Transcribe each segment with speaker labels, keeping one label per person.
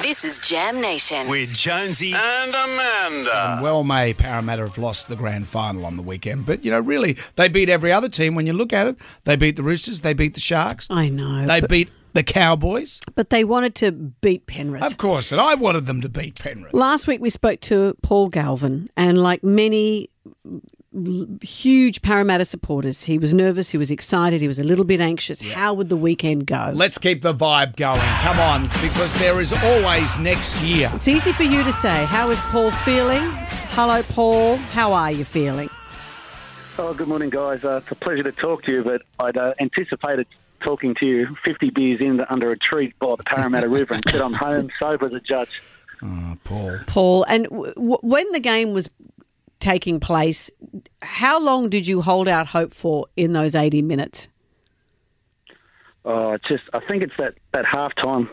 Speaker 1: This is Jam Nation.
Speaker 2: with Jonesy.
Speaker 3: and Amanda.
Speaker 4: Um, Well, may Parramatta have lost the grand final on the weekend, but you know, really, they beat every other team when you look at it. They beat the Roosters, they beat the Sharks,
Speaker 5: I know.
Speaker 4: they
Speaker 5: but,
Speaker 4: beat the Cowboys,
Speaker 5: but they wanted to beat Penrith.
Speaker 4: of course, and I wanted them to beat Penrith.
Speaker 5: Last week we spoke to Paul Galvin, and like many l- huge Parramatta supporters, he was nervous, he was excited, he was a little bit anxious. How would the weekend go?
Speaker 4: Let's keep the vibe going. Come on, because there is always next year.
Speaker 5: it's easy for you to say. How is Paul feeling? Hello, Paul. How are you feeling?
Speaker 6: Oh, good morning, guys. Uh, it's a pleasure to talk to you, but I'd uh, anticipated talking to you 50 beers in the, under a tree by the Parramatta River and said I'm home sober as a judge.
Speaker 4: Ah, Paul.
Speaker 5: Paul, and w- w- when the game was taking place, how long did you hold out hope for in those 80 minutes?
Speaker 6: Oh, it's just I think it's that that halftime,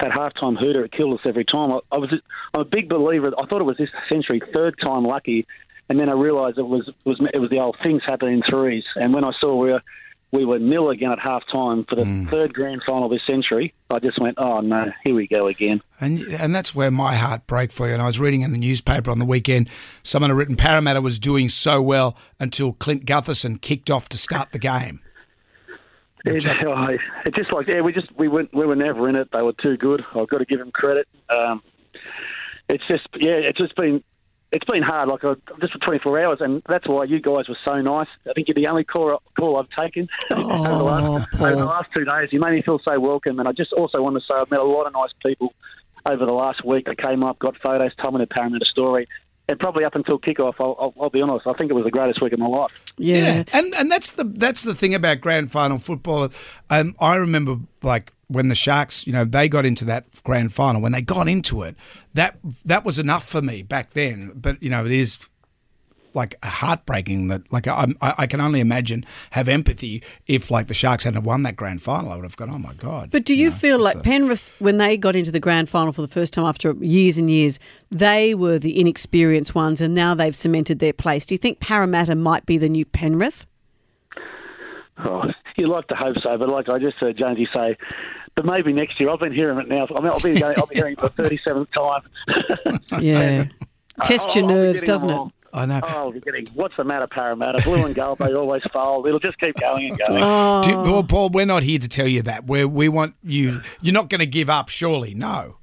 Speaker 6: that halftime hooter. It killed us every time. I, I was I'm a big believer. I thought it was this century third time lucky, and then I realised it was was it was the old things happening in threes. And when I saw we were we were nil again at halftime for the third grand final this century, I just went, oh no, here we go again.
Speaker 4: And and that's where my heart broke for you. And I was reading in the newspaper on the weekend, someone had written Parramatta was doing so well until Clint Gutherson kicked off to start the game.
Speaker 6: It, oh, it just like yeah, we just we went we were never in it. They were too good. I've got to give them credit. Um, it's just yeah, it's just been it's been hard. Like I, just for 24 hours, and that's why you guys were so nice. I think you're the only call call I've taken over, the
Speaker 5: Oh,
Speaker 6: last, over the last two days. You made me feel so welcome, and I just also want to say I've met a lot of nice people over the last week. They came up, got photos, told me the Parramatta story, and probably up until kickoff, I'll, I'll, I'll be honest, I think it was the greatest week of my life.
Speaker 4: Yeah, and and that's the that's the thing about grand final football. Um, I remember like when the Sharks, you know, they got into that grand final. When they got into it, that that was enough for me back then. But you know, it is like heartbreaking that like I'm, I I can only imagine have empathy if like the Sharks hadn't have won that grand final. I would have gone, oh my god.
Speaker 5: But do you
Speaker 4: know,
Speaker 5: feel
Speaker 4: it's
Speaker 5: like
Speaker 4: a-
Speaker 5: Penrith, when they got into the grand final for the first time after years and years, they were the inexperienced ones and now they've cemented their place? Do you think Parramatta might be the new Penrith?
Speaker 6: Oh, you'd like to hope so, but like I just heard Jonesy say, but maybe next year. I've been hearing it now. I mean, I'll be, I'll be hearing it for the 37th time.
Speaker 5: Yeah. Test
Speaker 6: Oh, I'll-
Speaker 5: your
Speaker 6: I'll be
Speaker 5: nerves,
Speaker 6: getting
Speaker 5: doesn't
Speaker 6: them
Speaker 5: it?
Speaker 6: all.
Speaker 4: I know.
Speaker 6: Oh, I'll be getting, what's the matter, Parramatta? Blue and gold, they always fold. It'll just keep going and going.
Speaker 5: Oh.
Speaker 4: Do, well, Paul, we're not here to tell you that. We're, we want you. You're not going to give up, surely. No.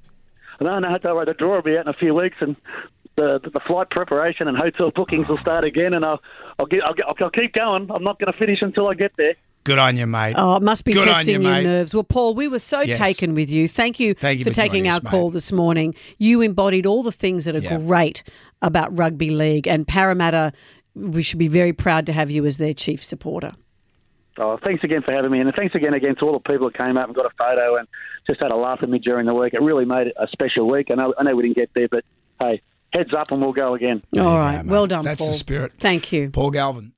Speaker 6: No, no, don't worry. The draw will be out in a few weeks, and the the flight preparation and hotel bookings will start again. And I'll I'll, get, I'll, get, I'll keep going. I'm not going to finish until I get there.
Speaker 4: Good on you, mate.
Speaker 5: Oh, it must be
Speaker 4: Good on
Speaker 5: testing
Speaker 4: you,
Speaker 5: your
Speaker 4: mate.
Speaker 5: nerves. Well, Paul, we were so
Speaker 4: Yes.
Speaker 5: taken with you. Thank you,
Speaker 4: Thank you
Speaker 5: for
Speaker 4: for
Speaker 5: taking
Speaker 4: joining
Speaker 5: our
Speaker 4: us, mate.
Speaker 5: call this morning. You embodied all the things that are
Speaker 4: Yeah.
Speaker 5: great about rugby league and Parramatta. We should be very proud to have you as their chief supporter.
Speaker 6: Oh, thanks again for having me, and thanks again again to all the people that came up and got a photo and just had a laugh at me during the week. It really made it a special week. I know, I know we didn't get there, but hey, heads up and we'll go again.
Speaker 5: All
Speaker 4: you go,
Speaker 5: right.
Speaker 4: mate.
Speaker 5: well done,
Speaker 4: That's the
Speaker 5: Paul.
Speaker 4: spirit.
Speaker 5: Thank you.
Speaker 4: Paul Galvin.